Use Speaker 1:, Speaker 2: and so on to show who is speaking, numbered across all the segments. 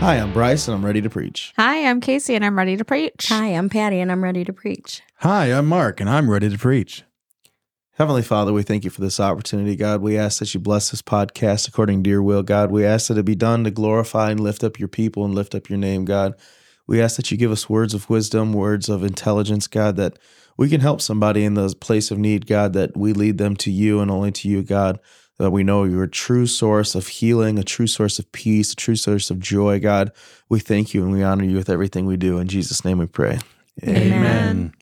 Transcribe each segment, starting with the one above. Speaker 1: Hi, I'm Bryce, and I'm ready to preach.
Speaker 2: Hi, I'm Casey, and I'm ready to preach.
Speaker 3: Hi, I'm Patty, and I'm ready to preach.
Speaker 4: Hi, I'm Mark, and I'm ready to preach.
Speaker 1: Heavenly Father, we thank you for this opportunity, God. We ask that you bless this podcast according to your will, God. We ask that it be done to glorify and lift up your people and lift up your name, God. We ask that you give us words of wisdom, words of intelligence, God, that we can help somebody in the place of need, God, that we lead them to you and only to you, God, that we know you're a true source of healing, a true source of peace, a true source of joy, God. We thank you and we honor you with everything we do. In Jesus' name we pray.
Speaker 2: Amen.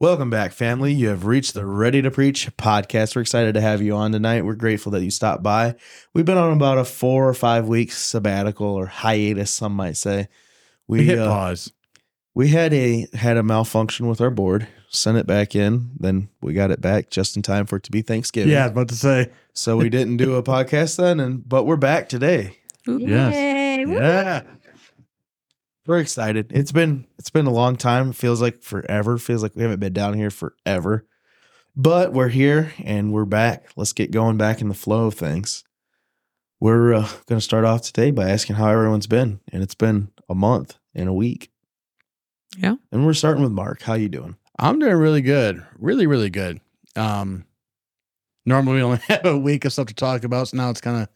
Speaker 1: Welcome back, family. You have reached the Ready to Preach podcast. We're excited to have you on tonight. We're grateful that you stopped by. We've been on about a four or five week sabbatical or hiatus, some might say.
Speaker 4: We hit
Speaker 1: uh,
Speaker 4: pause.
Speaker 1: we had a had a malfunction with our board. Sent it back in, then we got it back just in time for it to be Thanksgiving.
Speaker 4: Yeah, I was about to say.
Speaker 1: So we didn't do a podcast then, and but we're back today.
Speaker 4: Yes.
Speaker 3: Yay. Woo.
Speaker 4: Yeah.
Speaker 1: We're excited. It's been it's been a long time. It Feels like forever. Feels like we haven't been down here forever. But we're here and we're back. Let's get going back in the flow of things. We're uh, going to start off today by asking how everyone's been, and it's been a month and a week.
Speaker 2: Yeah.
Speaker 1: And we're starting with Mark. How you doing?
Speaker 4: I'm doing really good. Really, really good. Um, normally we only have a week of stuff to talk about, so now it's kind of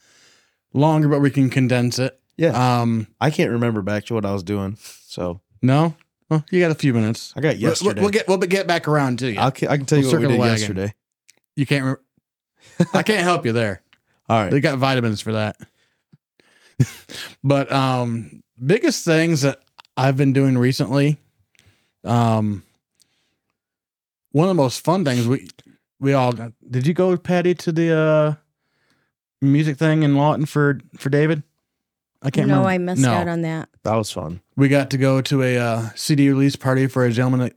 Speaker 4: longer, but we can condense it.
Speaker 1: Yeah.
Speaker 4: Um,
Speaker 1: I can't remember back to what I was doing, so
Speaker 4: no? Well, you got a few minutes.
Speaker 1: I got
Speaker 4: We'll-
Speaker 1: yesterday.
Speaker 4: We'll, we'll get we'll get back around to you.
Speaker 1: I'll, ca- I can tell you
Speaker 4: We'll
Speaker 1: what we
Speaker 4: circle
Speaker 1: did
Speaker 4: the wagon.
Speaker 1: yesterday.
Speaker 4: you can't. Re- I can't help you there.
Speaker 1: All right.
Speaker 4: They got vitamins for that. but um biggest things that I've been doing recently um one of the most fun things we we all got, did you go Patty to the uh music thing in Lawton for for David? I can't
Speaker 3: no,
Speaker 4: remember.
Speaker 3: I missed out on that.
Speaker 1: That was fun.
Speaker 4: We got to go to a uh, CD release party for a gentleman that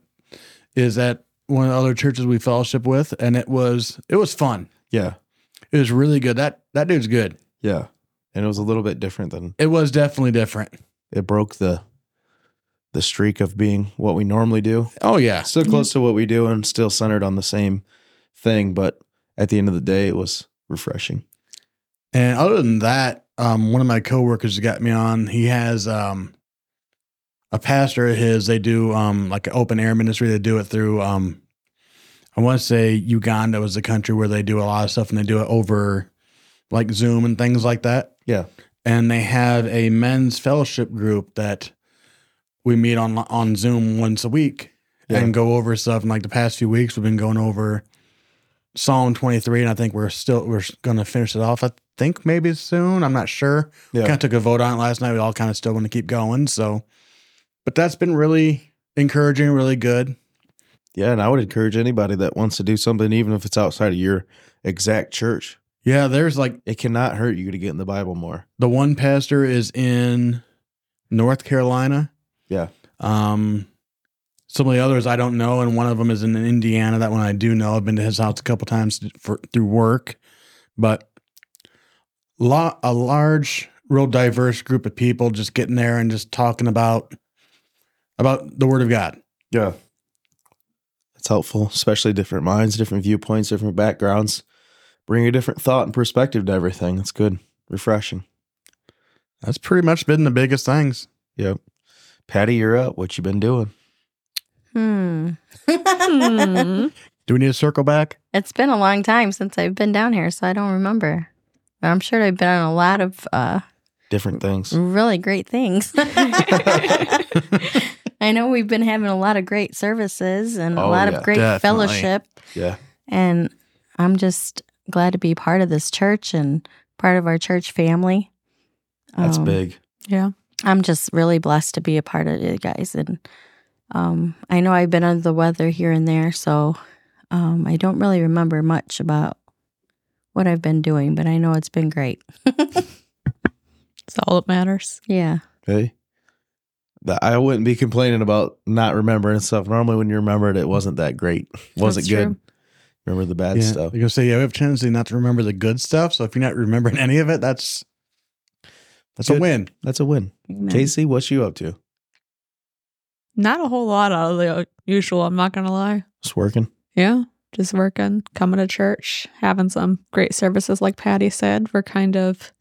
Speaker 4: is at one of the other churches we fellowship with and it was it was fun.
Speaker 1: Yeah.
Speaker 4: It was really good. That that dude's good.
Speaker 1: Yeah. And it was a little bit different than
Speaker 4: It was definitely different.
Speaker 1: it broke the the streak of being what we normally do.
Speaker 4: Oh yeah.
Speaker 1: Still close to what we do and still centered on the same thing, but at the end of the day it was refreshing.
Speaker 4: And other than that, um, one of my coworkers got me on. He has um, a pastor of his. They do um, like an open air ministry. They do it through, um, I want to say Uganda was the country where they do a lot of stuff and they do it over like Zoom and things like that.
Speaker 1: Yeah.
Speaker 4: And they have a men's fellowship group that we meet on on Zoom once a week
Speaker 1: Yeah.
Speaker 4: and go over stuff. And like the past few weeks, we've been going over Psalm 23, and I think we're still we're going to finish it off. I think maybe soon. I'm not sure.
Speaker 1: Yeah.
Speaker 4: Kind of took a vote on it last night. We all kind of still want to keep going. So, but that's been really encouraging, really good.
Speaker 1: Yeah, and I would encourage anybody that wants to do something, even if it's outside of your exact church.
Speaker 4: Yeah, there's like
Speaker 1: It cannot hurt you to get in the Bible more.
Speaker 4: the one pastor is in North Carolina.
Speaker 1: Yeah.
Speaker 4: Um, some of the others I don't know, and one of them is in Indiana. That one I do know. I've been to his house a couple times to- for through work, but la- a large, real diverse group of people just getting there and just talking about about the Word of God.
Speaker 1: Yeah. It's helpful, especially different minds, different viewpoints, different backgrounds. Bring a different thought and perspective to everything. That's good. Refreshing.
Speaker 4: That's pretty much been the biggest things.
Speaker 1: Yep. Patty, you're up. What you been doing?
Speaker 3: Hmm.
Speaker 2: Hmm.
Speaker 4: Do we need to circle back?
Speaker 3: it's been a long time since I've been down here, so I don't remember. But I'm sure I've been on a lot of uh,
Speaker 1: Different things.
Speaker 3: really great things. I know we've been having a lot of great services and a
Speaker 1: Oh,
Speaker 3: lot
Speaker 1: yeah,
Speaker 3: of great
Speaker 4: definitely.
Speaker 3: fellowship.
Speaker 1: Yeah.
Speaker 3: And I'm just glad to be part of this church and part of our church family.
Speaker 1: That's
Speaker 3: Um,
Speaker 1: big.
Speaker 2: yeah.
Speaker 3: I'm just really blessed to be a part of it, guys. And um, I know I've been under the weather here and there, so um, I don't really remember much about what I've been doing, but I know it's been great.
Speaker 2: It's all that matters.
Speaker 3: Yeah.
Speaker 1: Hey. That I wouldn't be complaining about not remembering stuff. Normally when you remembered it wasn't that great. Wasn't
Speaker 2: That's
Speaker 1: good.
Speaker 2: true.
Speaker 1: Remember the bad stuff.
Speaker 4: You're gonna say yeah, we have a tendency not to remember the good stuff. So if you're not remembering any of it, that's that's a
Speaker 1: Good.
Speaker 4: win.
Speaker 1: That's a win.
Speaker 3: Amen.
Speaker 1: Casey, what you up to?
Speaker 2: Not a whole lot out of the usual, I'm not going to lie.
Speaker 1: Just working.
Speaker 2: Yeah. Just working, coming to church, having some great services, like Patty said. We're kind of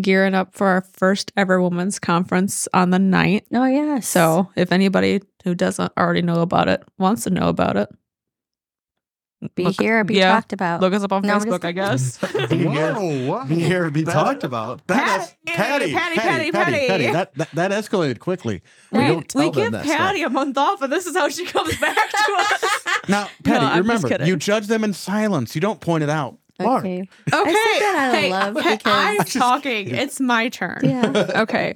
Speaker 2: gearing up for our first ever women's conference on the 9th.
Speaker 3: Oh yeah.
Speaker 2: So if anybody who doesn't already know about it wants to know about it,
Speaker 3: be
Speaker 2: look-
Speaker 3: here, be
Speaker 2: yeah,
Speaker 3: talked about.
Speaker 2: look us up on
Speaker 3: No, I'm
Speaker 2: Facebook,
Speaker 3: just-
Speaker 2: I guess.
Speaker 4: Whoa, what?
Speaker 1: Be here, be
Speaker 4: That-
Speaker 1: talked about.
Speaker 4: That
Speaker 2: Patty,
Speaker 4: es-
Speaker 2: Patty,
Speaker 4: Patty, Patty,
Speaker 2: Patty,
Speaker 4: Patty,
Speaker 2: Patty.
Speaker 4: That, that that escalated quickly.
Speaker 1: We
Speaker 2: Right.
Speaker 1: don't tell
Speaker 2: we
Speaker 1: them
Speaker 2: give
Speaker 1: that
Speaker 2: Patty a month off, and this is how she comes back to us.
Speaker 4: Now, Patty,
Speaker 2: I'm just
Speaker 4: remember
Speaker 2: kidding.
Speaker 4: you judge them in silence. You don't point it out. Mark,
Speaker 3: okay.
Speaker 2: Okay.
Speaker 3: that out of
Speaker 2: hey,
Speaker 3: love
Speaker 2: okay,
Speaker 3: because-
Speaker 2: I'm
Speaker 4: I'm just
Speaker 2: talking.
Speaker 4: kidding.
Speaker 2: It's my turn.
Speaker 3: Yeah.
Speaker 2: Okay.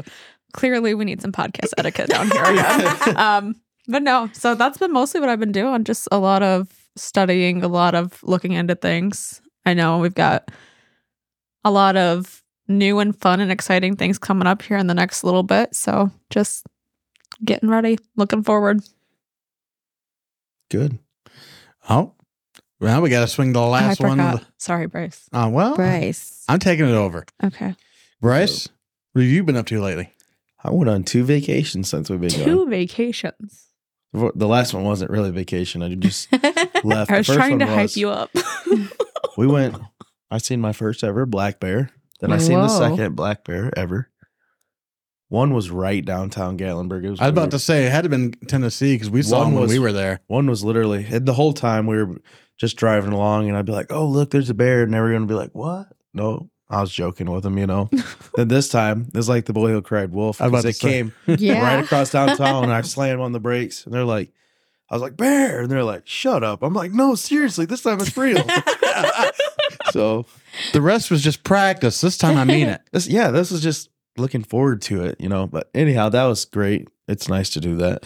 Speaker 2: Clearly, we need some podcast etiquette down here. again. um, but no, so that's been mostly what I've been doing. Just a lot of studying, a lot of looking into things. I know we've got a lot of new and fun and exciting things coming up here in the next little bit. So just getting ready, looking forward.
Speaker 1: Good.
Speaker 4: Oh, well, we got to swing the last
Speaker 2: Oh, I
Speaker 4: one.
Speaker 2: forgot. Sorry, Bryce.
Speaker 4: Uh, well,
Speaker 3: Bryce.
Speaker 4: I'm taking it over.
Speaker 2: Okay.
Speaker 4: Bryce, what have you been up to lately?
Speaker 1: I went on two vacations since we've been
Speaker 2: Two vacations.
Speaker 1: gone. The last one wasn't really vacation. I just left.
Speaker 2: I was
Speaker 1: the first
Speaker 2: trying to
Speaker 1: one
Speaker 2: hype
Speaker 1: was-
Speaker 2: you up.
Speaker 1: We went. I seen my first ever black bear. Then I seen the
Speaker 3: Whoa.
Speaker 1: second black bear ever. One was right downtown Gatlinburg. It was
Speaker 4: I was about
Speaker 1: weird.
Speaker 4: to say it had to been Tennessee because we saw
Speaker 1: One
Speaker 4: him when
Speaker 1: was-
Speaker 4: we were there.
Speaker 1: One was literally and the whole time we were just driving along, and I'd be like, "Oh, look, there's a bear," and everyone would be like, "What?" No, I was joking with him, you know. then this time, it's like the boy who cried wolf.
Speaker 4: I was about
Speaker 1: 'cause
Speaker 4: to
Speaker 1: it
Speaker 4: say.
Speaker 1: came right across downtown, and I slammed on the brakes, and they're like, "I was like bear," and they're like, "Shut up!" I'm like, "No, seriously, this time it's real." so
Speaker 4: The rest was just practice. This time I mean it.
Speaker 1: this, yeah, this is just looking forward to it, you know. But anyhow, that was great. It's nice to do that.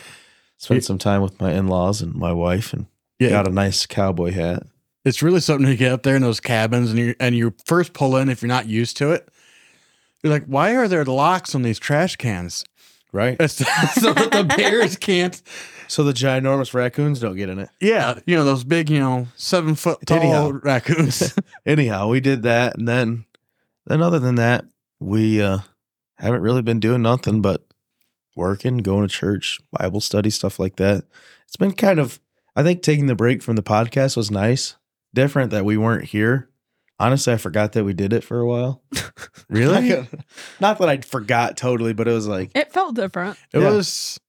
Speaker 1: Spent some time with my in-laws and my wife, and
Speaker 4: Yeah,
Speaker 1: got a nice cowboy hat.
Speaker 4: it's really something to get up there in those cabins and you and you first pull in if you're not used to it. You're like, why are there locks on these trash cans?
Speaker 1: Right.
Speaker 4: It's so that the bears can't.
Speaker 1: So the ginormous raccoons don't get in it.
Speaker 4: Yeah, you know those big, you know, seven foot tall
Speaker 1: Anyhow.
Speaker 4: raccoons.
Speaker 1: Anyhow, we did that, and then, then other than that, we uh, haven't really been doing nothing but working, going to church, Bible study, stuff like that. It's been kind of, I think, taking the break from the podcast was nice. Different that we weren't here. Honestly, I forgot that we did it for a while.
Speaker 4: really?
Speaker 1: Not that I forgot totally, but it was like
Speaker 2: it felt different.
Speaker 4: It
Speaker 1: Yeah.
Speaker 4: was.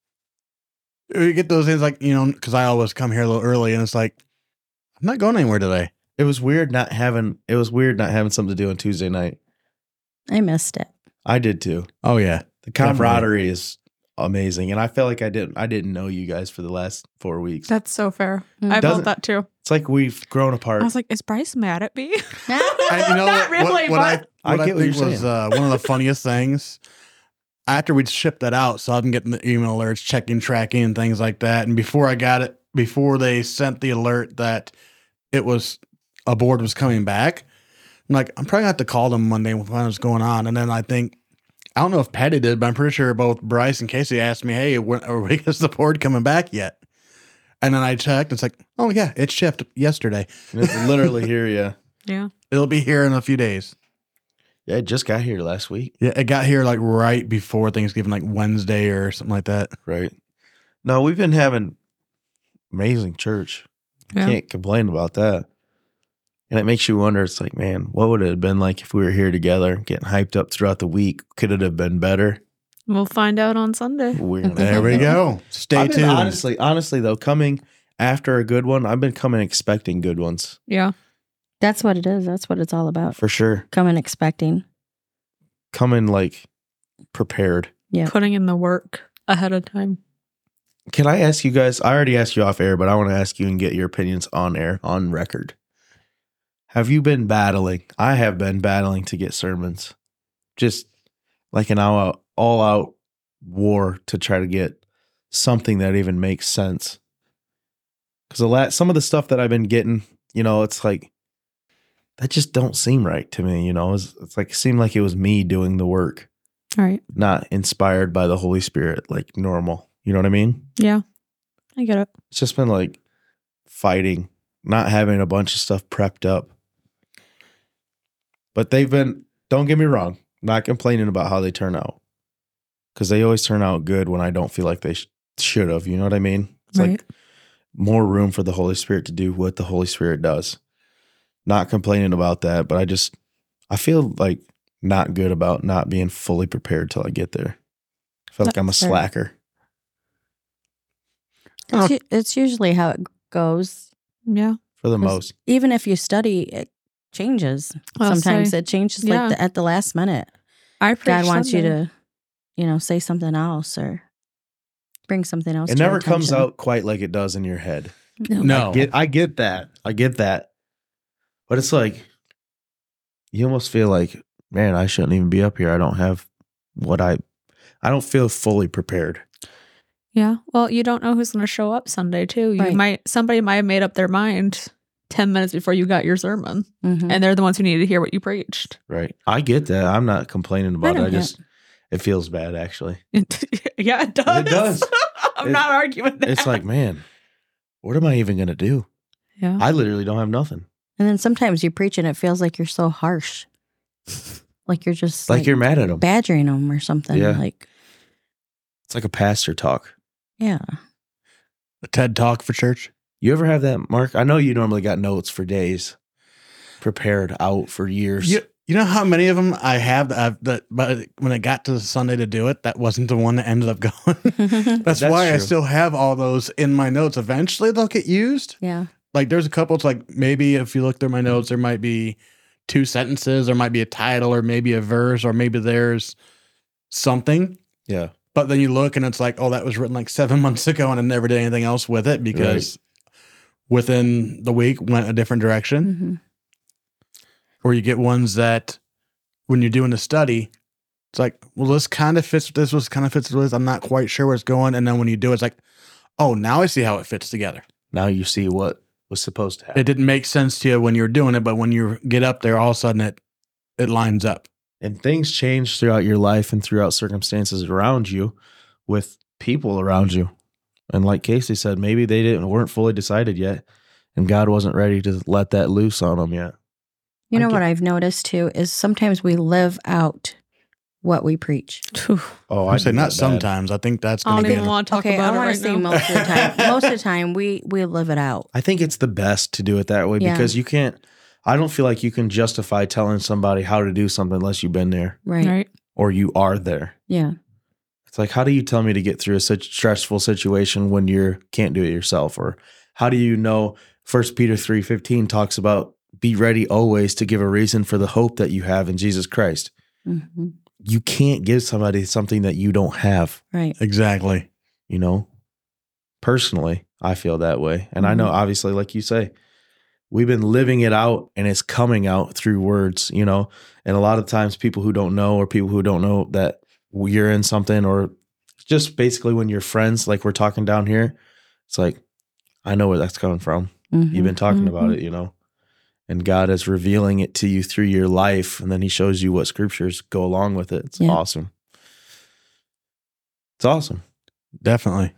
Speaker 4: We get those things like you know because I always come here a little early and it's like I'm not going anywhere today.
Speaker 1: it was weird not having it was weird not having something to do on Tuesday night.
Speaker 3: I missed it.
Speaker 1: I did too.
Speaker 4: Oh yeah,
Speaker 1: The camaraderie is amazing, and I felt like I didn't I didn't know you guys for the last four weeks.
Speaker 2: That's so fair.
Speaker 3: Mm.
Speaker 2: I
Speaker 1: Doesn't-
Speaker 2: felt that too.
Speaker 1: It's like we've grown
Speaker 2: I
Speaker 1: apart.
Speaker 2: was like, is Bryce mad at me?
Speaker 4: I, you know
Speaker 2: Not
Speaker 4: what- what-
Speaker 2: really,
Speaker 4: what I,
Speaker 2: but-
Speaker 1: I
Speaker 4: what I
Speaker 1: get what
Speaker 4: think
Speaker 1: you're
Speaker 4: was
Speaker 1: saying.
Speaker 4: uh, one of the funniest things. After we'd shipped that out, so I've been getting the email alerts, checking, tracking, and things like that. And before I got it, before they sent the alert that it was a board was coming back, I'm like, I'm probably gonna have to call them Monday when what's going on. And then I think I don't know if Patty did, but I'm pretty sure both Bryce and Casey asked me, "Hey, when, are we is the board coming back yet?" And then I checked. It's like, oh yeah, it shipped yesterday.
Speaker 1: And it's literally here, yeah.
Speaker 2: yeah.
Speaker 4: It'll be here in a few days.
Speaker 1: Yeah, it just got here last week,
Speaker 4: Yeah, it got here like right before Thanksgiving, like Wednesday or something like that.
Speaker 1: right? No, we've been having amazing church.
Speaker 2: Yeah.
Speaker 1: Can't complain about that. And it makes you wonder. It's like, man, what would it have been like if we were here together, getting hyped up throughout the week? Could it have been better?
Speaker 2: We'll find out on Sunday.
Speaker 1: We're gonna
Speaker 3: There
Speaker 1: find
Speaker 3: we
Speaker 1: out.
Speaker 4: go. Stay
Speaker 1: I've been
Speaker 4: tuned.
Speaker 1: Honestly, honestly though, coming after a good one, I've been coming expecting good ones
Speaker 2: Yeah.
Speaker 3: That's what it is. That's what it's all about.
Speaker 1: for sure.
Speaker 3: Coming expecting.
Speaker 1: Coming like prepared.
Speaker 3: Yeah.
Speaker 2: Putting in the work ahead of time.
Speaker 1: Can I ask you guys? I already asked you off air, but I want to ask you and get your opinions on air, on record. Have you been battling? I have been battling to get sermons, just like an all-out, all-out war to try to get something that even makes sense. Because a lot, some of the stuff that I've been getting, you know, it's like that just don't seem right to me. You know, it's, it's like it seemed like it was me doing the work,
Speaker 2: All right.
Speaker 1: not inspired by the Holy Spirit, like normal. You know what I mean?
Speaker 2: Yeah. I get it.
Speaker 1: it's just been like fighting, not having a bunch of stuff prepped up. But they've been, don't get me wrong, not complaining about how they turn out because they always turn out good when I don't feel like they sh- should have. You know what I mean? It's like
Speaker 2: Right.
Speaker 1: more room for the Holy Spirit to do what the Holy Spirit does. Not complaining about that, but I just, I feel like not good about not being fully prepared till I get there. I feel like I'm a
Speaker 3: That's fair.
Speaker 1: slacker. Oh.
Speaker 3: It's, u- it's usually how it goes.
Speaker 2: Yeah.
Speaker 1: For the
Speaker 3: Was-
Speaker 1: most,
Speaker 3: Even if you study, it changes.
Speaker 2: I'll
Speaker 3: Sometimes
Speaker 2: say.
Speaker 3: it changes
Speaker 2: Yeah.
Speaker 3: like the, at the last minute.
Speaker 2: I
Speaker 3: God
Speaker 2: preach
Speaker 3: wants you
Speaker 2: Sunday.
Speaker 3: to, you know, say something else or bring something else.
Speaker 1: it
Speaker 3: to your
Speaker 1: never comes
Speaker 3: attention.
Speaker 1: out quite like it does in your head.
Speaker 4: No.
Speaker 1: Get, I get that. I get that. But it's like you almost feel like, man, I shouldn't even be up here. I don't have what I. I don't feel fully prepared.
Speaker 2: Yeah. Well, you don't know who's going to show up Sunday too. You
Speaker 3: Right.
Speaker 2: might somebody might have made up their mind ten minutes before you got your sermon,
Speaker 3: Mhm.
Speaker 2: and they're the ones who needed to hear what you preached.
Speaker 1: Right. I get that. I'm not complaining about it.
Speaker 3: don't
Speaker 1: I just it feels bad actually.
Speaker 2: yeah, it does.
Speaker 1: does.
Speaker 2: I'm
Speaker 1: It-
Speaker 2: not arguing that.
Speaker 1: It's like, man, what am I even gonna do?
Speaker 2: yeah.
Speaker 1: I literally don't have nothing.
Speaker 3: And then sometimes you preach and it feels like you're so harsh. like you're just
Speaker 1: Like, you're mad at them.
Speaker 3: badgering them or something.
Speaker 1: Yeah.
Speaker 3: Like,
Speaker 1: It's like a pastor talk.
Speaker 3: yeah.
Speaker 4: A TED talk for church.
Speaker 1: You ever have that, Mark? I know you normally got notes for days, prepared out for years.
Speaker 4: You, you know how many of them I have that, I've, that but when I got to Sunday to do it, that wasn't the one that ended up going. That's,
Speaker 1: That's
Speaker 4: why I
Speaker 1: true.
Speaker 4: still have all those in my notes. Eventually, they'll get used.
Speaker 3: yeah.
Speaker 4: Like, there's a couple. It's like maybe if you look through my notes, there might be two sentences, there might be a title, or maybe a verse, or maybe there's something.
Speaker 1: Yeah.
Speaker 4: But then you look and it's like, oh, that was written like seven months ago, and I never did anything else with it because within the week went a different
Speaker 1: Hmm?
Speaker 4: direction.
Speaker 3: Mhm.
Speaker 4: Or you get ones that when you're doing a study, it's like, well, this kind of fits with this, this kind of fits with this. I'm not quite sure where it's going. And then when you do, it, it's like, oh, now I see how it fits together.
Speaker 1: Now you see what was supposed to happen.
Speaker 4: It didn't make sense to you when you were doing it, but when you get up there, all of a sudden it it lines up.
Speaker 1: and things change throughout your life and throughout circumstances around you with people around you and like casey said maybe they didn't weren't fully decided yet and god wasn't ready to let that loose on them yet
Speaker 3: You
Speaker 1: I
Speaker 3: know
Speaker 1: get-
Speaker 3: what I've noticed too is sometimes we live out what we preach.
Speaker 1: oh
Speaker 4: I say
Speaker 1: do
Speaker 4: not
Speaker 1: that bad.
Speaker 4: sometimes. I think that's
Speaker 2: I
Speaker 4: going
Speaker 2: don't
Speaker 4: to be.
Speaker 2: even want to talk
Speaker 3: okay,
Speaker 2: about
Speaker 3: I
Speaker 2: it
Speaker 3: want
Speaker 2: right
Speaker 3: to say
Speaker 2: now.
Speaker 3: most of the time. most of the time, we we live it out.
Speaker 1: i think it's the best to do it that way
Speaker 3: Yeah.
Speaker 1: because you can't i don't feel like you can justify telling somebody how to do something unless you've been there
Speaker 3: Right.
Speaker 2: Right.
Speaker 1: or you are there
Speaker 3: Yeah.
Speaker 1: It's like, how do you tell me to get through a such stressful situation when you can't do it yourself? Or how do you know First Peter three fifteen talks about be ready always to give a reason for the hope that you have in Jesus Christ.
Speaker 3: hmm
Speaker 1: You can't give somebody something that you don't have,
Speaker 3: Right.
Speaker 4: Exactly.
Speaker 1: you know? Personally, I feel that way. And I know obviously, like you say, we've been living it out and it's coming out through words, you know. And a lot of times people who don't know or people who don't know that you're in something or just basically when your friends like we're talking down here, it's like I know where that's coming from.
Speaker 3: Mm-hmm.
Speaker 1: You've been talking about it, you know. And God is revealing it to you through your life and then he shows you what scriptures go along with it. It's
Speaker 3: Yeah.
Speaker 1: awesome. It's awesome.
Speaker 4: Definitely.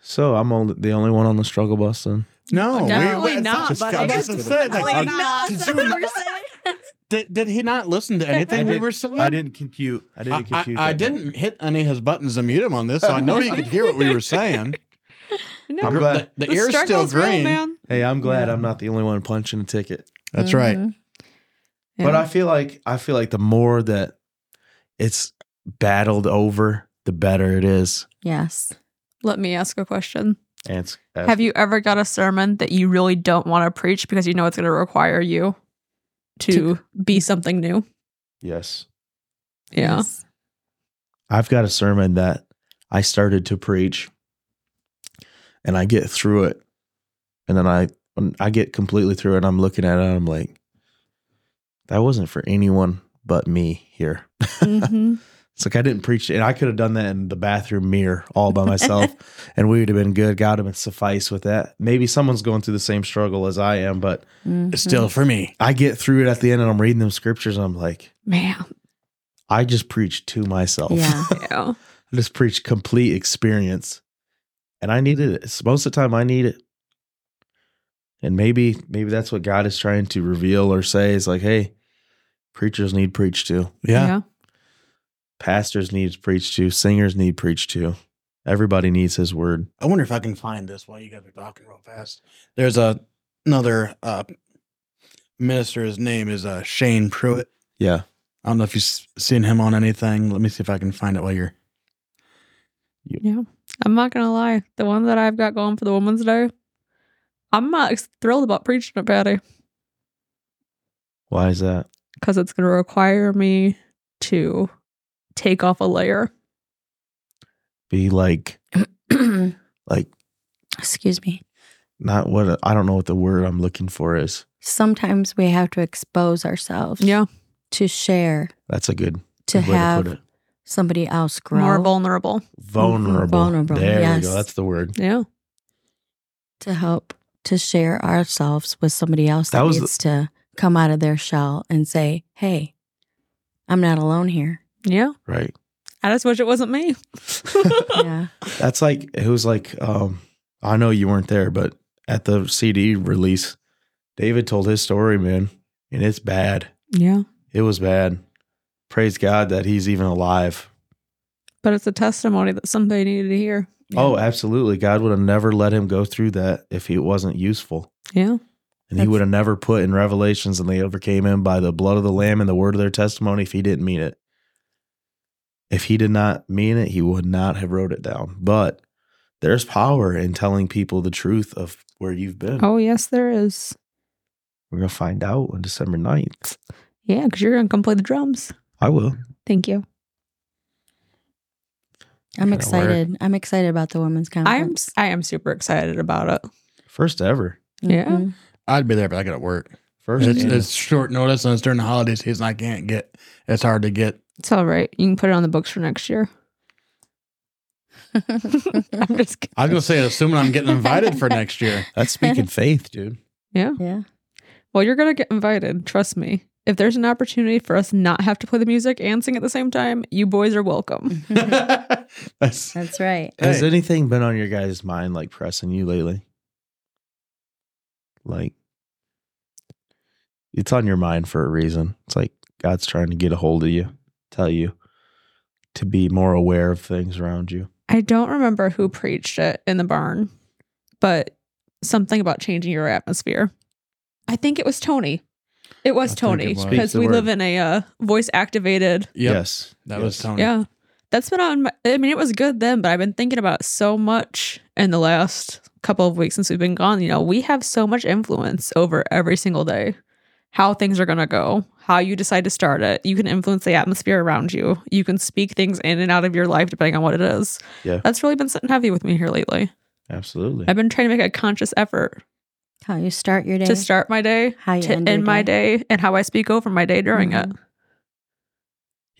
Speaker 1: So I'm only, the only one on the struggle bus then. Oh,
Speaker 4: No,
Speaker 2: Definitely
Speaker 4: it's
Speaker 2: not,
Speaker 4: just-
Speaker 2: but
Speaker 4: I'm
Speaker 2: I
Speaker 4: just
Speaker 1: guess-
Speaker 4: saying, like,
Speaker 2: Definitely
Speaker 4: I'm-
Speaker 2: not.
Speaker 4: Did, you- did- did he not listen to anything we
Speaker 1: did-
Speaker 4: were saying?
Speaker 1: I didn't compute. I
Speaker 4: I,
Speaker 1: didn't
Speaker 4: I-
Speaker 1: compute.
Speaker 4: I
Speaker 1: that.
Speaker 4: didn't hit any of his buttons to mute him on this, so I know you could hear what we were saying.
Speaker 2: No.
Speaker 1: I'm
Speaker 4: Gr-
Speaker 1: glad.
Speaker 4: The, the
Speaker 2: The
Speaker 4: ear's still
Speaker 2: struggle's real,
Speaker 4: green.
Speaker 2: man.
Speaker 1: Hey, I'm glad I'm not the only one punching a ticket.
Speaker 4: That's right.
Speaker 2: Mm-hmm.
Speaker 1: But
Speaker 2: Yeah.
Speaker 1: I feel like I feel like the more that it's battled over, the better it is.
Speaker 3: Yes.
Speaker 2: let me ask a question.
Speaker 1: And it's,
Speaker 2: Have you ever got a sermon that you really don't want to preach because you know it's going to require you to, be something new?
Speaker 1: Yes,
Speaker 2: Yeah.
Speaker 3: Yes.
Speaker 1: I've got a sermon that I started to preach, and I get through it, and then I when I get completely through it. And I'm looking at it, and I'm like, that wasn't for anyone but me here.
Speaker 3: Mm-hmm,
Speaker 2: hmm
Speaker 1: It's like I didn't preach it. And I could have done that in the bathroom mirror all by myself, and we would have been good. God would have been suffice with that. Maybe someone's going through the same struggle as I am, but
Speaker 3: mm-hmm.
Speaker 4: It's
Speaker 2: Mm-hmm.
Speaker 4: still for me.
Speaker 1: I get through it at the end and I'm reading them scriptures and I'm like,
Speaker 2: Man.
Speaker 1: I just preached to myself.
Speaker 3: Yeah.
Speaker 2: Yeah.
Speaker 1: I just preached complete experience. And I needed it. It's Most of the time I need it. And maybe, maybe that's what God is trying to reveal or say is like, hey, preachers need preached to. pastors need to preach to, singers need preached to. Everybody needs his word.
Speaker 4: I wonder if I can find this while you guys are talking real fast. There's a another uh, minister. His name is uh, Shane Pruitt.
Speaker 1: Yeah.
Speaker 4: I don't know if you've s- seen him on anything. Let me see if I can find it while you're.
Speaker 2: Yeah. I'm not going to lie. The one that I've got going for the Women's Day, I'm not ex- thrilled about preaching about it
Speaker 1: Why is that?
Speaker 2: because it's going to require me to take off a layer.
Speaker 1: Be like, like
Speaker 3: Excuse me.
Speaker 1: not what I don't know what the word I'm looking for is.
Speaker 3: Sometimes we have to expose ourselves
Speaker 2: Yeah.
Speaker 3: to share,
Speaker 1: That's a good,
Speaker 3: to
Speaker 1: good way
Speaker 3: have
Speaker 1: to put it.
Speaker 3: somebody else grow.
Speaker 2: More vulnerable.
Speaker 1: Vulnerable.
Speaker 3: vulnerable,
Speaker 1: There
Speaker 3: yes.
Speaker 1: we go. That's the word.
Speaker 2: Yeah.
Speaker 3: to help to share ourselves with somebody else
Speaker 1: That
Speaker 3: that,
Speaker 1: was-
Speaker 3: needs to come out of their shell and say, "Hey, I'm not alone here."
Speaker 2: Yeah.
Speaker 1: Right.
Speaker 2: I just wish it wasn't me.
Speaker 3: Yeah,
Speaker 1: That's like it was like um I know you weren't there, but at the CD release, David told his story, man, and it's bad.
Speaker 2: Yeah.
Speaker 1: It was bad. Praise God that he's even alive.
Speaker 2: But it's a testimony that somebody needed to hear.
Speaker 1: Oh, absolutely. God would have never let him go through that if it wasn't useful.
Speaker 2: Yeah.
Speaker 1: And he
Speaker 3: That's-
Speaker 1: would have never put in Revelations and they overcame him by the blood of the Lamb and the word of their testimony if he didn't mean it. If he did not mean it, he would not have wrote it down. But there's power in telling people the truth of where you've been.
Speaker 2: Oh, yes, there is.
Speaker 1: We're going to find out on December 9th.
Speaker 2: Yeah, because you're going to come play the drums.
Speaker 1: I will.
Speaker 2: Thank you.
Speaker 3: I'm
Speaker 1: Kinda
Speaker 3: excited. I'm excited about the women's
Speaker 2: I'm
Speaker 3: conference.
Speaker 2: I am super excited about it.
Speaker 1: First ever.
Speaker 2: yeah.
Speaker 3: Mhm.
Speaker 4: I'd be there, but I got to work.
Speaker 1: First.
Speaker 4: It's,
Speaker 1: annual.
Speaker 4: it's short notice, and it's during the holiday season. I can't get. It's hard to get.
Speaker 2: It's all right. You can put it on the books for next year.
Speaker 3: Mm-hmm.
Speaker 2: I'm just kidding.
Speaker 4: I was gonna say, assuming I'm getting invited for next year.
Speaker 1: That's speaking faith, dude.
Speaker 2: Yeah.
Speaker 3: yeah.
Speaker 2: Well, you're gonna get invited. Trust me. If there's an opportunity for us not have to play the music and sing at the same time, you boys are welcome.
Speaker 3: Mm-hmm.
Speaker 4: That's-
Speaker 3: That's right.
Speaker 1: Has
Speaker 4: Hey.
Speaker 1: anything been on your guys' mind like pressing you lately? Like it's on your mind for a reason. It's like God's trying to get a hold of you, tell you to be more aware of things around you.
Speaker 2: I don't remember who preached it in the barn, but something about changing your atmosphere. I think it was Tony. It
Speaker 4: I
Speaker 2: was
Speaker 4: think
Speaker 2: Tony
Speaker 4: it was.
Speaker 1: Speak
Speaker 2: because
Speaker 1: the
Speaker 2: we
Speaker 1: word.
Speaker 2: live in a uh, voice activated
Speaker 4: Yep,
Speaker 1: Yes.
Speaker 4: that
Speaker 1: Yes.
Speaker 4: was Tony.
Speaker 2: Yeah. That's been on my, I mean, it was good then, but I've been thinking about it so much in the last couple of weeks since we've been gone. You know, we have so much influence over every single day, how things are going to go, how you decide to start it. You can influence the atmosphere around you. You can speak things in and out of your life depending on what it is.
Speaker 1: Yeah.
Speaker 2: That's really been sitting heavy with me here lately.
Speaker 1: Absolutely.
Speaker 2: I've been trying to make a conscious effort
Speaker 3: How you start your day.
Speaker 2: to start my day,
Speaker 3: How you
Speaker 2: to
Speaker 3: end,
Speaker 2: end,
Speaker 3: your
Speaker 2: my day, and how I speak over my day during
Speaker 3: Mhm.
Speaker 2: it.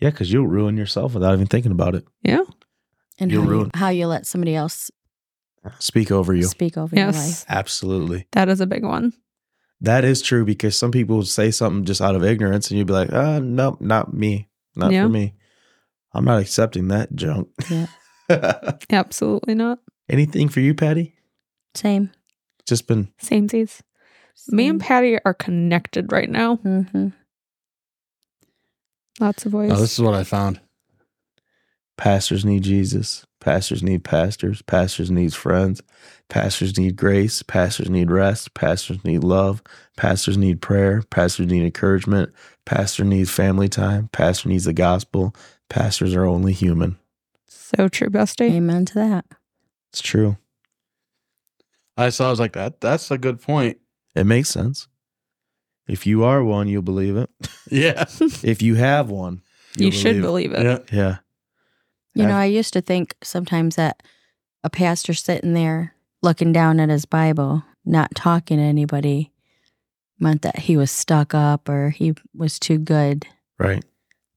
Speaker 1: Yeah, because you'll ruin yourself without even thinking about it.
Speaker 2: Yeah.
Speaker 3: and
Speaker 1: You're
Speaker 3: how you,
Speaker 1: ruined.
Speaker 3: how you let somebody else
Speaker 1: Speak over you.
Speaker 3: speak over your life.
Speaker 2: Yes.
Speaker 1: Absolutely.
Speaker 2: That is a big one.
Speaker 1: That is true because some people would say something just out of ignorance and you'd be like, ah, nope, not me. Not
Speaker 2: Yeah.
Speaker 1: for me. I'm not accepting that junk.
Speaker 2: Absolutely not.
Speaker 1: Anything for you, Patty?
Speaker 3: Same.
Speaker 1: Just been
Speaker 2: Same seats. Me and Patty are connected right now.
Speaker 3: hmm
Speaker 2: Lots of voice.
Speaker 4: Oh, this is what I found.
Speaker 1: pastors need Jesus. Pastors need pastors. Pastors need friends. Pastors need grace. Pastors need rest. Pastors need love. Pastors need prayer. Pastors need encouragement. Pastor needs family time. Pastor needs the gospel. Pastors are only human.
Speaker 2: so true, bestie.
Speaker 3: Amen to that.
Speaker 1: It's true.
Speaker 4: I saw. I was like, that. That's a good point.
Speaker 1: It makes sense. If you are one, you'll believe it.
Speaker 4: Yeah.
Speaker 1: if you have one,
Speaker 2: You,
Speaker 1: you'll
Speaker 2: should believe it.
Speaker 4: Yeah.
Speaker 1: Yeah.
Speaker 3: You know,
Speaker 1: Yeah.
Speaker 3: I used to think sometimes that a pastor sitting there looking down at his Bible, not talking to anybody, meant that he was stuck up or he was too good,
Speaker 1: Right.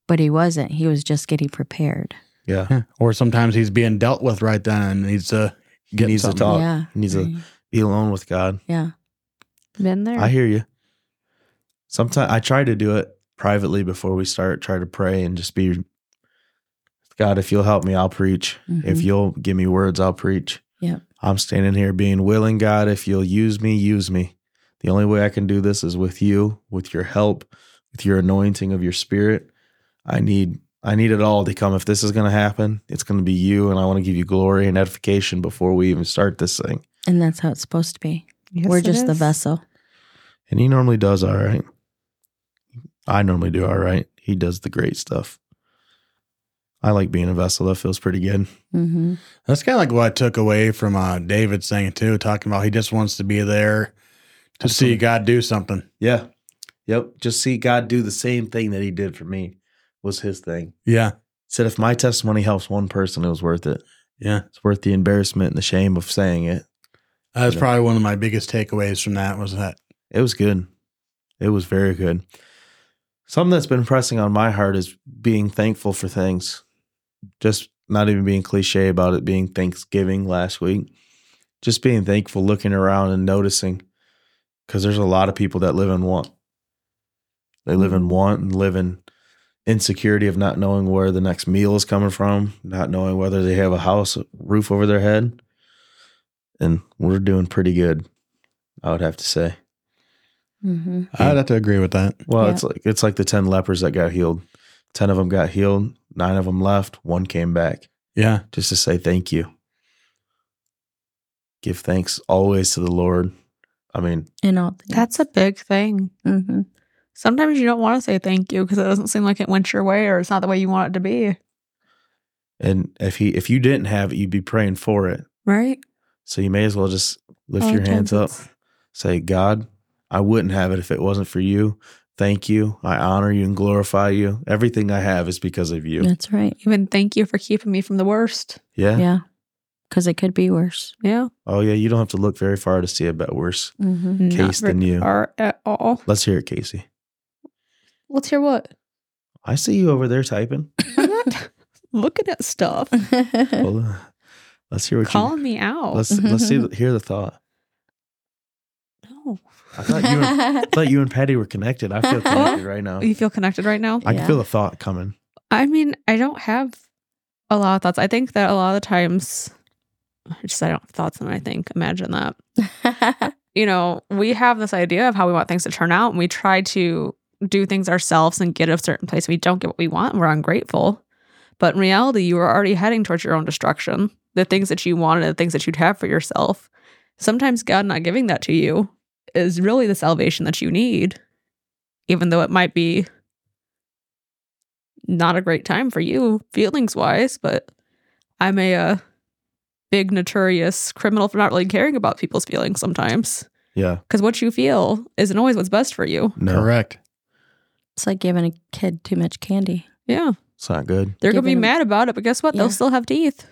Speaker 3: but he wasn't. He was just getting prepared.
Speaker 1: Yeah.
Speaker 4: Or sometimes he's being dealt with right then and needs to get
Speaker 1: Needs to
Speaker 4: something.
Speaker 1: talk. Oh,
Speaker 3: yeah.
Speaker 1: needs a-
Speaker 3: right.
Speaker 1: Be alone with God.
Speaker 3: yeah.
Speaker 2: Been there.
Speaker 1: I hear you. Sometimes I try to do it privately before we start, try to pray and just be God, if you'll help me, I'll preach. If
Speaker 3: Mhm.
Speaker 1: you'll give me words, I'll preach.
Speaker 3: Yep.
Speaker 1: I'm standing here being willing, God, if you'll use me, use me. The only way I can do this is with you, with your help, with your anointing of your spirit. I need I need it all to come. If this is going to happen, it's going to be you and I want to give you glory and edification before we even start this thing.
Speaker 3: And that's how it's supposed to be.
Speaker 2: Yes,
Speaker 3: We're
Speaker 2: it
Speaker 3: just the
Speaker 2: is.
Speaker 3: vessel.
Speaker 1: And he normally does all right. I normally do all right. he does the great stuff. I like being a vessel. That feels pretty good.
Speaker 3: Mm-hmm.
Speaker 4: That's kind of like what I took away from uh, David's saying too, talking about he just wants to be there to
Speaker 1: Absolutely.
Speaker 4: see God do something.
Speaker 1: Yeah. Yep. Just see God do the same thing that he did for me was his thing.
Speaker 4: Yeah,
Speaker 1: said if my testimony helps one person, it was worth it.
Speaker 4: yeah.
Speaker 1: It's worth the embarrassment and the shame of saying it.
Speaker 4: That was
Speaker 1: Yeah.
Speaker 4: probably one of my biggest takeaways from that was that.
Speaker 1: It was good. It was very good. Something that's been pressing on my heart is being thankful for things. Just not even being cliche about it being Thanksgiving last week. Just being thankful, looking around and noticing because there's a lot of people that live in want. They live in want and live in insecurity of not knowing where the next meal is coming from, not knowing whether they have a house, a roof over their head. And we're doing pretty good, I would have to say.
Speaker 3: Mm-hmm.
Speaker 4: I'd have to agree with that.
Speaker 1: Well,
Speaker 3: Yeah.
Speaker 1: it's like it's like the ten lepers that got healed. Ten of them got healed. Nine of them left. One came back
Speaker 4: Yeah,
Speaker 1: just to say thank you. Give thanks always to the Lord. I mean,
Speaker 3: In all things.
Speaker 2: That's a big thing.
Speaker 3: mm-hmm.
Speaker 2: Sometimes you don't want to say thank you because it doesn't seem like it went your way or it's not the way you want it to be.
Speaker 1: and if he if you didn't have it, you'd be praying for it.
Speaker 2: Right?
Speaker 1: So you may as well just lift
Speaker 2: Oh,
Speaker 1: your hands up, say, God, I wouldn't have it if it wasn't for you. Thank you. I honor you and glorify you. Everything I have is because of you.
Speaker 3: That's right.
Speaker 2: Even thank you for keeping me from the worst.
Speaker 1: Yeah.
Speaker 3: Yeah. Because it could be worse.
Speaker 2: Yeah.
Speaker 1: Oh yeah. You don't have to look very far to see a bet worse
Speaker 3: Mm-hmm.
Speaker 1: case than you.
Speaker 2: Or at all.
Speaker 1: Let's hear it, Casey.
Speaker 2: Let's hear what?
Speaker 1: I see you over there typing.
Speaker 2: I'm not looking at stuff.
Speaker 3: Eh.
Speaker 1: Well, uh, let's hear what
Speaker 2: Calling me
Speaker 1: you.
Speaker 2: out.
Speaker 1: Let's let's see hear the thought.
Speaker 2: no.
Speaker 1: I thought you and, I thought you and Patty were connected. I feel connected right now.
Speaker 2: You feel connected right now?
Speaker 1: I
Speaker 3: Yeah.
Speaker 1: can feel the thought coming.
Speaker 2: I mean, I don't have a lot of thoughts. I think that a lot of the times, I just I don't have thoughts and I think. Imagine that. You know, we have this idea of how we want things to turn out and we try to do things ourselves and get a certain place. We don't get what we want and we're ungrateful. But in reality, you are already heading towards your own destruction. The things that you wanted, the things that you'd have for yourself. Sometimes God not giving that to you is really the salvation that you need, even though it might be not a great time for you feelings wise, but I'm a uh, big notorious criminal for not really caring about people's feelings sometimes
Speaker 1: Yeah.
Speaker 2: because what you feel isn't always what's best for you.
Speaker 1: No.
Speaker 4: correct.
Speaker 3: it's like giving a kid too much candy.
Speaker 2: Yeah,
Speaker 1: It's not good.
Speaker 2: they're gonna be
Speaker 3: Giving 'em-
Speaker 2: mad about it, but guess what?
Speaker 3: Yeah.
Speaker 2: They'll still have teeth.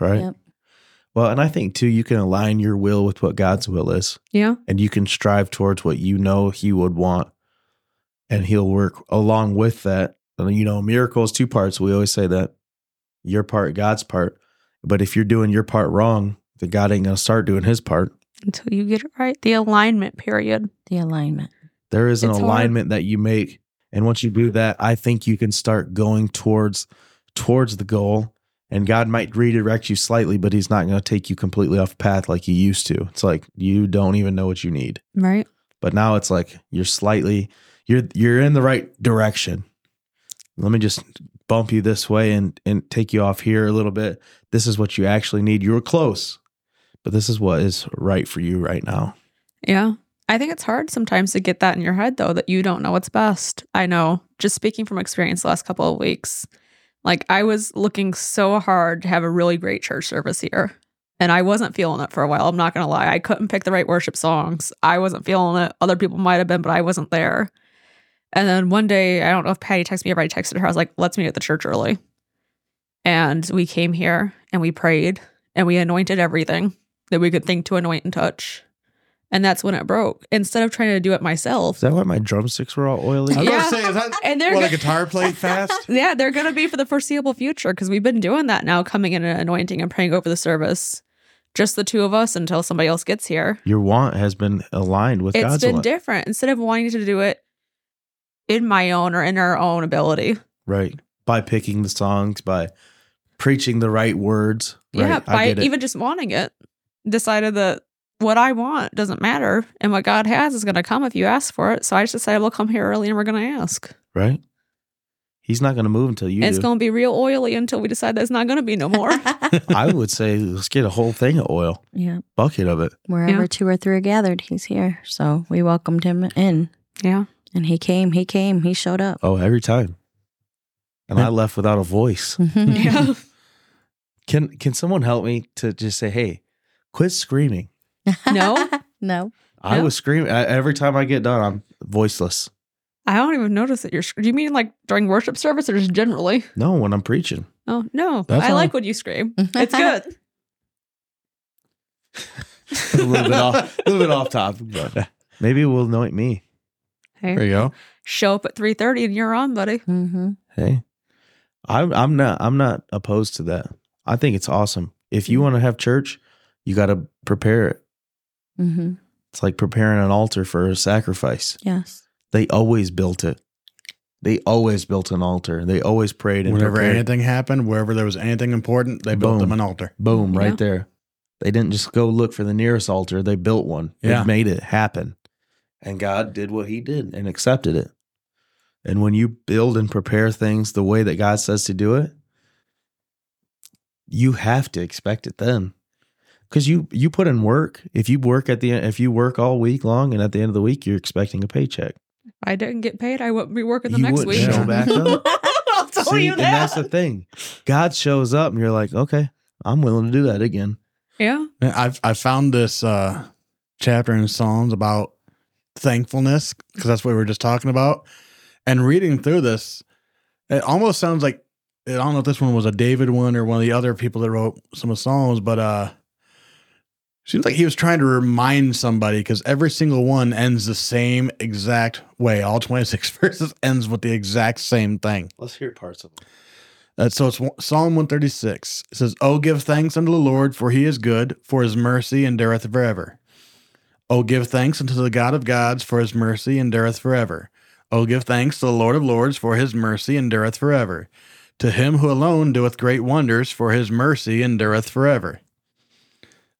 Speaker 1: Right.
Speaker 3: Yep.
Speaker 1: Well, and I think too, you can align your will with what God's will is,
Speaker 2: Yeah,
Speaker 1: and you can strive towards what you know He would want, and He'll work along with that. And you know, miracles two parts. We always say that your part, God's part. But if you're doing your part wrong, then God ain't gonna start doing His part.
Speaker 2: until you get it right. The alignment period.
Speaker 3: The alignment.
Speaker 1: There is an
Speaker 2: It's hard. Mm-hmm.
Speaker 1: alignment that you make. And once you do that, I think you can start going towards towards the goal. And God might redirect you slightly, but he's not going to take you completely off path like you used to. It's like you don't even know what you need.
Speaker 2: Right.
Speaker 1: But now it's like you're slightly you're you're in the right direction. Let me just bump you this way and and take you off here a little bit. This is what you actually need. You're close. But this is what is right for you right now.
Speaker 2: Yeah. I think it's hard sometimes to get that in your head though that you don't know what's best. I know, just speaking from experience the last couple of weeks, like I was looking so hard to have a really great church service here. And I wasn't feeling it for a while. I'm not going to lie. I couldn't pick the right worship songs. I wasn't feeling it. Other people might have been, but I wasn't there. And then one day, I don't know if Patty texted me or if I texted her. I was like, let's meet at the church early. And we came here and we prayed and we anointed everything that we could think to anoint and touch. And that's when it broke. Instead of trying to do it myself.
Speaker 1: Is that why my drumsticks were all oily?
Speaker 4: I was
Speaker 2: Yeah.
Speaker 4: gonna say, is that
Speaker 2: And they're
Speaker 4: what a
Speaker 2: go-
Speaker 4: guitar played fast?
Speaker 2: yeah, they're going to be for the foreseeable future because we've been doing that now, coming in and anointing and praying over the service, just the two of us until somebody else gets here.
Speaker 1: your want has been aligned with
Speaker 2: It's
Speaker 1: God's
Speaker 2: been
Speaker 1: want.
Speaker 2: different. Instead of wanting to do it in my own or in our own ability,
Speaker 1: right. By picking the songs, by preaching the right words.
Speaker 2: yeah,
Speaker 1: right? I
Speaker 2: by
Speaker 1: get it.
Speaker 2: even just wanting it, decided that what I want doesn't matter and what God has is going to come if you ask for it. So I just decided we'll come here early and we're going to ask.
Speaker 1: right. He's not going to move until you
Speaker 2: and it's
Speaker 1: do.
Speaker 2: going to be real oily until we decide that's not going to be no more.
Speaker 1: I would say let's get a whole thing of oil,
Speaker 3: yeah.
Speaker 1: bucket of it.
Speaker 3: Wherever
Speaker 2: Yeah.
Speaker 3: two or three are gathered, he's here. So we welcomed him in
Speaker 2: yeah.
Speaker 3: and he came, he came, he showed up.
Speaker 1: Oh, every time. and I left without a voice.
Speaker 3: Mhm.
Speaker 2: Yeah.
Speaker 1: Can can someone help me to just say, "Hey, quit screaming."
Speaker 2: No?
Speaker 3: no.
Speaker 1: I
Speaker 2: Yeah.
Speaker 1: was screaming I, every time I get done. I'm voiceless.
Speaker 2: I don't even notice that you're. sc- Do you mean like during worship service or just generally?
Speaker 1: No, when I'm preaching.
Speaker 2: Oh no,
Speaker 4: That's
Speaker 2: I
Speaker 4: all.
Speaker 2: like when you scream. It's good.
Speaker 1: a little bit off, a little bit off topic, but maybe it will anoint me.
Speaker 2: Hey,
Speaker 4: There you go.
Speaker 2: show up at three thirty and you're on, buddy.
Speaker 3: hmm
Speaker 1: Hey, I'm I'm not I'm not opposed to that. I think it's awesome. If you want to have church, you got to prepare it.
Speaker 3: hmm
Speaker 1: It's like preparing an altar for a sacrifice.
Speaker 3: Yes.
Speaker 1: They always built it. They always built an altar. They always prayed and
Speaker 4: Whenever
Speaker 1: prepared.
Speaker 4: anything happened, wherever there was anything important, they built
Speaker 1: Boom.
Speaker 4: them an altar.
Speaker 1: Boom, right
Speaker 2: Yeah.
Speaker 1: there. They didn't just go look for the nearest altar. They built one.
Speaker 4: Yeah.
Speaker 1: They made it happen. And God did what he did and accepted it. And when you build and prepare things the way that God says to do it, you have to expect it then. Cuz you you put in work. If you work at the if you work all week long and at the end of the week you're expecting a paycheck.
Speaker 2: If I didn't get paid, I wouldn't be working the
Speaker 1: You
Speaker 2: next
Speaker 1: wouldn't
Speaker 2: week.
Speaker 4: show
Speaker 1: back up.
Speaker 2: I'll tell
Speaker 1: See,
Speaker 2: you
Speaker 1: and that's
Speaker 2: that.
Speaker 1: the thing. God shows up and you're like, "Okay, I'm willing to do that again."
Speaker 2: yeah.
Speaker 4: And I've I found this uh, chapter in Psalms about thankfulness because that's what we were just talking about. And reading through this, it almost sounds like I don't know if this one was a David one or one of the other people that wrote some of the Psalms, but uh, seems like he was trying to remind somebody because every single one ends the same exact way. All twenty six verses ends with the exact same thing.
Speaker 1: Let's hear parts of it.
Speaker 4: Uh, so it's one- Psalm 136. It says, Oh, give thanks unto the Lord, for he is good, for his mercy endureth forever. Oh, give thanks unto the God of gods, for his mercy endureth forever. Oh, give thanks to the Lord of lords, for his mercy endureth forever. To him who alone doeth great wonders, for his mercy endureth forever.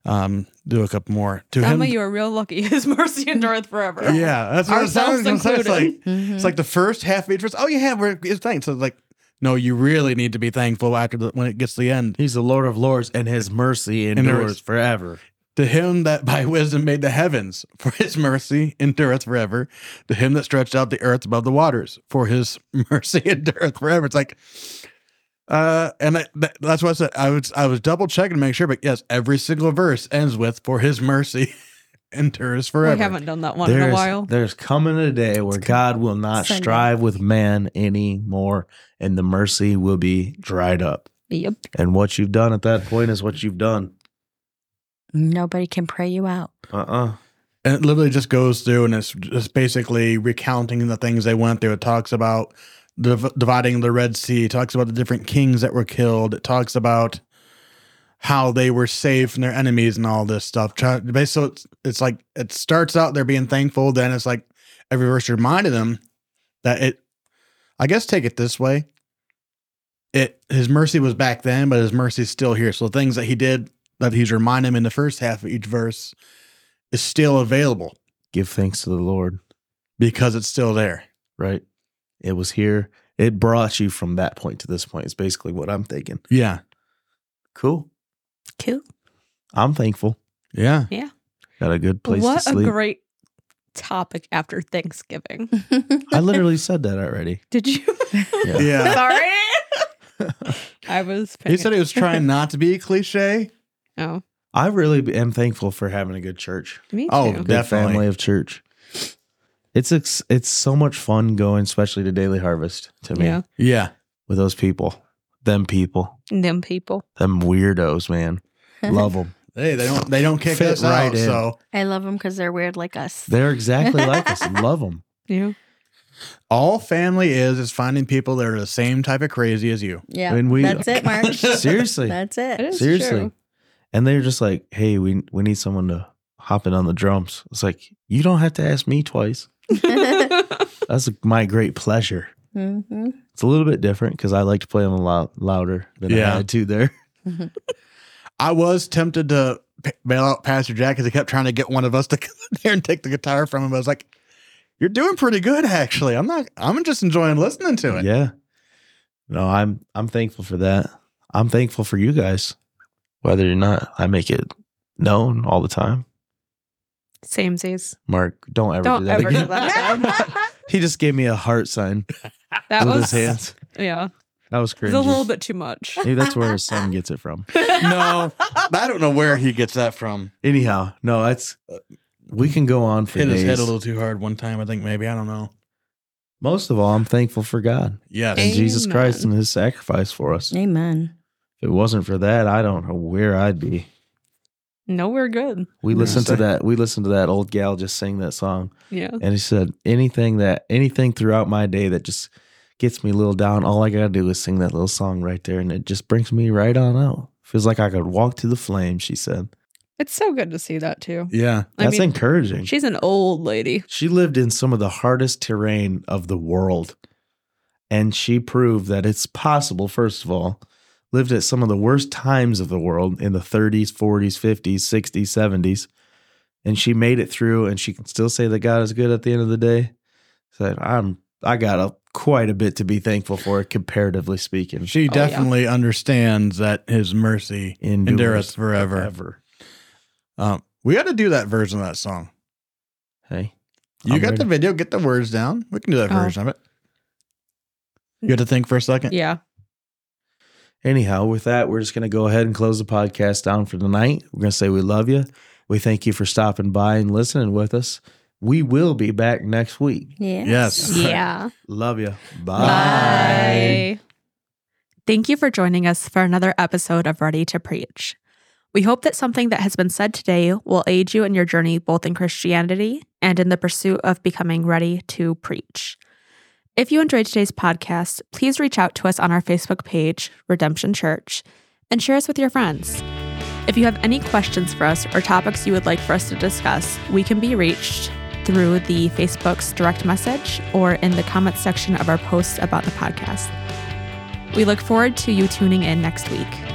Speaker 4: Um, do a couple more. To him,
Speaker 2: Emma, you are real lucky. His mercy endureth forever.
Speaker 4: yeah, that's what it
Speaker 2: Ourselves
Speaker 4: sounds it's
Speaker 2: included.
Speaker 4: like.
Speaker 3: Mhm.
Speaker 4: It's like the first half of each verse. Oh yeah, we're it's thanks. So it's like, no, you really need to be thankful after the, when it gets to the end.
Speaker 1: He's the Lord of Lords, and his mercy endures
Speaker 4: Endures.
Speaker 1: forever.
Speaker 4: To him that by wisdom made the heavens, for his mercy endureth forever. To him that stretched out the earth above the waters, for his mercy endureth forever. It's like, uh, and I, that, that's what I said. I was I was double checking to make sure, but yes, every single verse ends with "for his mercy endures forever."
Speaker 2: We haven't done that one in
Speaker 1: There's,
Speaker 2: a while.
Speaker 1: there's coming a day where God will not
Speaker 3: Sunday.
Speaker 1: strive with man anymore, and the mercy will be dried up.
Speaker 2: Yep.
Speaker 1: And what you've done at that point is what you've done.
Speaker 3: Nobody can pray you out.
Speaker 1: Uh uh
Speaker 4: And it literally just goes through and it's just basically recounting the things they went through. It talks about div- dividing the Red Sea, it talks about the different kings that were killed, it talks about how they were saved from their enemies and all this stuff. Try- bas- So it's, it's like it starts out they're being thankful, then it's like every verse reminded them that it, I guess, take it this way. It his mercy was back then, but his mercy's still here. So things that he did that he's reminding him in the first half of each verse is still available
Speaker 1: Give thanks to the Lord,
Speaker 4: because it's still there.
Speaker 1: right? It was here. It brought you from that point to this point. It's basically what I'm thinking.
Speaker 4: Yeah.
Speaker 1: Cool.
Speaker 3: Cool.
Speaker 1: I'm thankful.
Speaker 4: Yeah.
Speaker 1: Got a good place
Speaker 2: what
Speaker 1: to sleep.
Speaker 2: a great topic after Thanksgiving.
Speaker 1: I literally said that already.
Speaker 2: Did you?
Speaker 1: Yeah.
Speaker 4: Yeah.
Speaker 2: Sorry. I was.
Speaker 4: he said he was trying not to be cliche.
Speaker 2: Oh,
Speaker 1: I really am thankful for having a good church.
Speaker 2: me too.
Speaker 4: Oh,
Speaker 1: good
Speaker 4: Definitely.
Speaker 1: family of church. It's ex- it's so much fun going, especially to Daily Harvest to me
Speaker 2: yeah.
Speaker 4: Yeah.
Speaker 1: with those people, them people,
Speaker 2: Them people.
Speaker 1: them weirdos, man. Love them.
Speaker 4: Hey, they don't they don't kick
Speaker 1: Fit
Speaker 4: us
Speaker 1: right
Speaker 4: out.
Speaker 1: in.
Speaker 4: So
Speaker 3: I love them because they're weird like us.
Speaker 1: They're exactly like us. Love them.
Speaker 2: Yeah.
Speaker 4: all family is is finding people that are the same type of crazy as you.
Speaker 3: yeah.
Speaker 1: I mean, we-
Speaker 3: That's it, Mark.
Speaker 1: Seriously,
Speaker 3: That's
Speaker 2: It
Speaker 3: it.
Speaker 2: is
Speaker 1: seriously.
Speaker 2: true.
Speaker 1: And they're just like, "Hey, we we need someone to hop in on the drums." It's like you don't have to ask me twice. That's my great pleasure.
Speaker 3: hmm
Speaker 1: It's a little bit different because I like to play them a lot louder than I
Speaker 4: Yeah.
Speaker 1: had to there.
Speaker 4: I was tempted to p- bail out Pastor Jack because he kept trying to get one of us to come in there and take the guitar from him. I was like, "You're doing pretty good, actually. I'm not. I'm just enjoying listening to it."
Speaker 1: Yeah. No, I'm I'm thankful for that. I'm thankful for you guys. Whether or not I make it known all the time.
Speaker 2: Same says.
Speaker 1: Mark, don't ever
Speaker 2: Don't
Speaker 1: do that.
Speaker 2: ever do
Speaker 1: again.
Speaker 2: that.
Speaker 1: he just gave me a heart sign
Speaker 2: That
Speaker 1: with
Speaker 2: was.
Speaker 1: his hands.
Speaker 2: Yeah.
Speaker 1: That was
Speaker 2: It's
Speaker 1: crazy.
Speaker 2: a little bit too much.
Speaker 1: Maybe that's where his son gets it from.
Speaker 4: No, I don't know where he gets that from.
Speaker 1: Anyhow, no, that's we can go on for
Speaker 4: Hit his head
Speaker 1: days.
Speaker 4: a little too hard one time, I think maybe. I don't know.
Speaker 1: Most of all, I'm thankful for God
Speaker 4: Yes.
Speaker 1: and Jesus
Speaker 2: Amen.
Speaker 1: Christ and His sacrifice for us.
Speaker 3: Amen.
Speaker 1: If it wasn't for that, I don't know where I'd be.
Speaker 2: No, we're good.
Speaker 1: We
Speaker 4: Yeah.
Speaker 1: listened to that. We listened to that old gal just sing that song,
Speaker 2: Yeah.
Speaker 1: and he said, "Anything that anything throughout my day that just gets me a little down, all I gotta do is sing that little song right there, and it just brings me right on out. Feels like I could walk through the flames." She said,
Speaker 2: It's so good to see that too.
Speaker 4: Yeah.
Speaker 2: I
Speaker 1: "That's
Speaker 2: mean,
Speaker 1: encouraging."
Speaker 2: she's an old lady.
Speaker 1: She lived in some of the hardest terrain of the world. And she proved that it's possible, first of all, lived at some of the worst times of the world in the 30s, 40s, 50s, 60s, 70s. And she made it through and she can still say that God is good at the end of the day. So I'm I got a, quite a bit to be thankful for comparatively speaking.
Speaker 4: She
Speaker 2: yeah.
Speaker 4: definitely understands that his mercy
Speaker 1: Endures
Speaker 4: endureth forever.
Speaker 1: forever.
Speaker 4: Um, we got to do that version of that song.
Speaker 1: Hey.
Speaker 4: You
Speaker 1: I'm
Speaker 4: got the
Speaker 1: ready.
Speaker 4: video, get the words down. We can do that
Speaker 2: Oh.
Speaker 4: version of it. You have to think for a second.
Speaker 2: Yeah.
Speaker 1: Anyhow, with that, we're just going to go ahead and close the podcast down for tonight. We're going to say we love you. We thank you for stopping by and listening with us. We will be back next week.
Speaker 3: Yeah.
Speaker 4: Yes.
Speaker 2: Yeah.
Speaker 1: Love you. Bye.
Speaker 2: Bye. Thank you for joining us for another episode of Ready to Preach. We hope that something that has been said today will aid you in your journey both in Christianity and in the pursuit of becoming ready to preach. If you enjoyed today's podcast, please reach out to us on our Facebook page, Redemption Church, and share us with your friends. If you have any questions for us or topics you would like for us to discuss, we can be reached through the Facebook's direct message or in the comments section of our posts about the podcast. We look forward to you tuning in next week.